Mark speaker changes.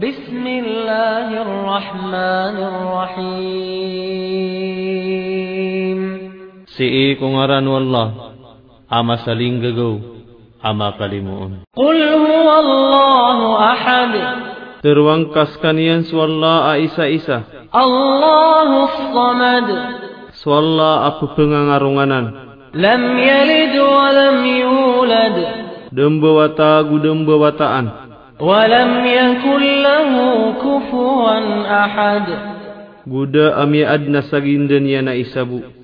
Speaker 1: بسم الله الرحمن الرحيم
Speaker 2: Sii ko ngaran wallah, ama saling gagaw, ama kalimuon.
Speaker 1: قل هو الله أحد
Speaker 2: Teruang kas kanian swalla a isa-isa,
Speaker 1: الله الصمد
Speaker 2: swalla aku pengangarunganan.
Speaker 1: لم يلد ولم يولد
Speaker 2: Dembawata gudembawataan,
Speaker 1: ولم يكن له كفوا أحد
Speaker 2: guda ami adna sagindan yana isabu.